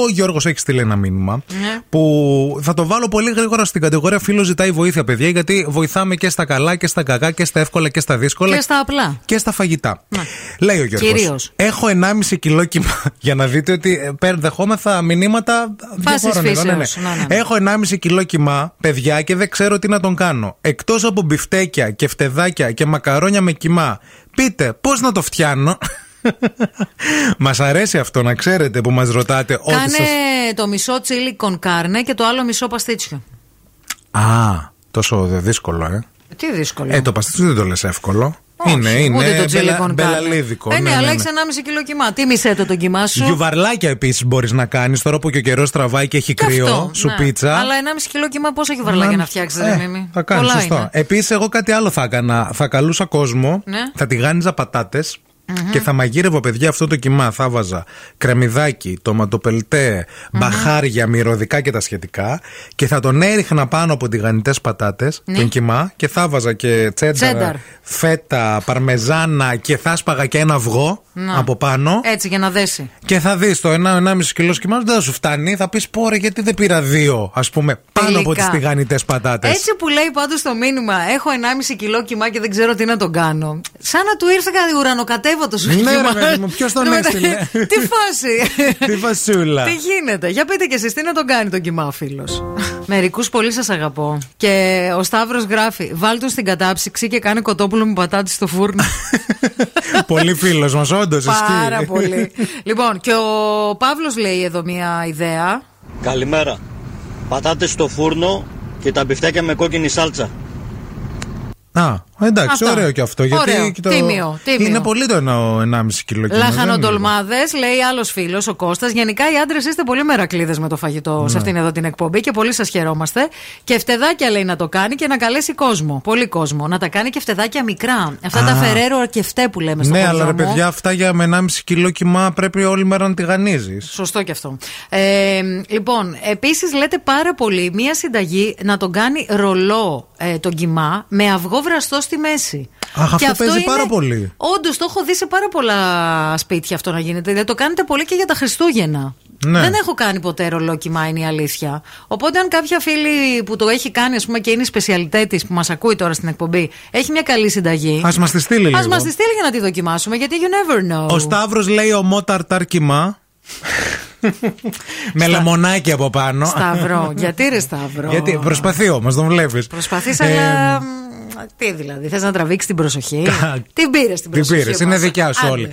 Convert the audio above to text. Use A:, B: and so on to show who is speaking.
A: ο Γιώργος έχει στείλει ένα μήνυμα
B: Ναι.
A: που θα το βάλω πολύ γρήγορα στην κατηγορία φίλο ζητάει βοήθεια, παιδιά, γιατί βοηθάμε και στα καλά και στα κακά και στα εύκολα και στα δύσκολα
B: Και στα απλά.
A: και στα φαγητά. Λέει ο Γιώργος.
B: Κυρίως.
A: Έχω 1,5 κιλό κύμα. Για να δείτε ότι ε, παίρνει- δεχόμεθα μηνύματα
B: Φάσης
A: διαφόρων ειδών,
B: φύσεως. Ναι, ναι.
A: Έχω 1,5 κιλό κύμα, παιδιά, και δεν ξέρω τι να τον κάνω. Εκτός από μπιφτέκια και φτεδάκια και μακαρόνια με κιμά, πείτε πώς να το φτιάνω. μας αρέσει αυτό να ξέρετε που μας ρωτάτε ό,τι
B: Κάνε
A: σας-
B: το μισό τσίλι κονκάρνε και το άλλο μισό παστίτσιο.
A: Α, τόσο δε- δύσκολο, ε.
B: Τι δύσκολο.
A: Ε, το παστίτσιο δεν το λες εύκολο.
B: Όχι,
A: είναι, είναι. ε,
B: Ούτε το
A: μπελα-
B: τσίλι κονκάρνε.
A: μπελαλίδικο.
B: Ε, ναι,
A: ναι,
B: αλλά
A: ναι.
B: έχεις 1,5 κιλό κιμά. Τι μισέ το τον κιμά σου.
A: Γιουβαρλάκια επίσης μπορείς να κάνεις τώρα που και ο καιρός τραβάει και έχει
B: Και
A: κρύο.
B: αυτό,
A: σου
B: ναι.
A: πίτσα.
B: Αλλά 1,5 κιλό κιμά πόσα έχει βαρλάκια να φτιάξεις,
A: Ε,
B: δεν μίμη.
A: Θα κάνεις,
B: Πολλά
A: σωστό.
B: είναι.
A: Επίσης, εγώ κάτι άλλο θα έκανα. Θα καλούσα κόσμο,
B: Ναι.
A: θα τηγάνιζα πατάτες Και θα μαγείρευα, παιδιά, αυτό το κοιμά. Θα βάζα κρεμμυδάκι, ντοματοπελτέ, μπαχάρια, μυρωδικά και τα σχετικά. Και θα τον έριχνα πάνω από τηγανιτές πατάτες,
B: Ναι.
A: τον κοιμά, και θα βάζα και
B: Τσένταρ.
A: τσένταρ, φέτα, παρμεζάνα και θα σπαγα και ένα αυγό
B: Να.
A: από πάνω.
B: Έτσι για να δέσει.
A: Και θα δεις το 1,5 κιλό σκημά δεν θα σου φτάνει. Θα πεις πόρε, γιατί δεν πήρα δύο, ας πούμε, πάνω
B: Τελικά.
A: από τις τηγανιτές πατάτες.
B: Έτσι που λέει πάντως το μήνυμα, έχω 1,5 κιλό κιμά και δεν ξέρω τι να τον κάνω. Σαν να του ήρθε κάτι ουρανοκατέβατο σου.
A: Ναι,
B: κιμά.
A: ρε παιδί μου, ποιος τον
B: Εν τω μεταξύ,
A: έστειλε?
B: Τι φάση.
A: Τι βασούλα.
B: Τι γίνεται. Για πείτε και εσείς τι να τον κάνει τον κοιμά, φίλος. Μερικούς πολύ σας αγαπώ. Και ο Σταύρος γράφει: Βάλ του στην κατάψυξη και κάνε κοτόπουλο με πατάτη στο φούρνο.
A: πολύ φίλος μας, όντως.
B: Πάρα πολύ. λοιπόν, και ο Παύλος λέει εδώ μία ιδέα.
C: Καλημέρα. Πατάτες στο φούρνο και τα μπιφτέκια με κόκκινη σάλτσα.
A: Α, εντάξει,
B: Αυτά.
A: ωραίο και αυτό. Γιατί
B: Ωραίο.
A: και το...
B: Τίμιο, τίμιο.
A: Είναι πολύ το ένα- 1,5 κιλό κιμά.
B: Λαχανοτολμάδε, λέει άλλος φίλος, ο Κώστας. Γενικά οι άντρες είστε πολύ μερακλείδες με το φαγητό
A: Ναι.
B: σε αυτήν εδώ την εκπομπή και πολύ σας χαιρόμαστε. Και φτεδάκια λέει να το κάνει και να καλέσει κόσμο. Πολύ κόσμο. Να τα κάνει και φτεδάκια μικρά. Αυτά τα
A: Α.
B: φερέρο αρκεφτέ που λέμε στο
A: Ναι, αλλά ρε
B: χωριό μου.
A: παιδιά, αυτά για με 1,5 κιλό κιμά πρέπει όλη μέρα να τηγανίζει.
B: Σωστό και αυτό. Ε, λοιπόν, επίσης λέτε πάρα πολύ μία συνταγή να τον κάνει ρολό ε, τον κοιμά με αυγό βραστό στη μέση.
A: Αχ, αυτό παίζει πάρα πολύ.
B: Όντως, το έχω δει σε πάρα πολλά σπίτια αυτό να γίνεται. Δηλαδή, το κάνετε πολύ και για τα Χριστούγεννα.
A: Ναι.
B: Δεν έχω κάνει ποτέ ρολό κοιμά, είναι η αλήθεια. Οπότε, αν κάποια φίλη που το έχει κάνει, ας πούμε, και είναι η σπεσιαλιτέ τη που μας ακούει τώρα στην εκπομπή, έχει μια καλή συνταγή.
A: Ας μας τη στείλει λίγο.
B: Α μα Ε, τη στείλει για να τη δοκιμάσουμε, γιατί you never know.
A: Ο Σταύρος λέει ομό ταρτάρ κιμά. με λεμονάκι από πάνω.
B: Σταυρό. γιατί ρε Σταυρό.
A: Γιατί προσπαθεί όμως, τον βλέπεις.
B: Προσπαθείς,
A: Ε,
B: αλλά. μ, Τι δηλαδή, θες να τραβήξεις την προσοχή. την πήρες την
A: Την
B: προσοχή.
A: πήρες, είναι
B: μας.
A: δικιά σου
B: Άντε.
A: όλη.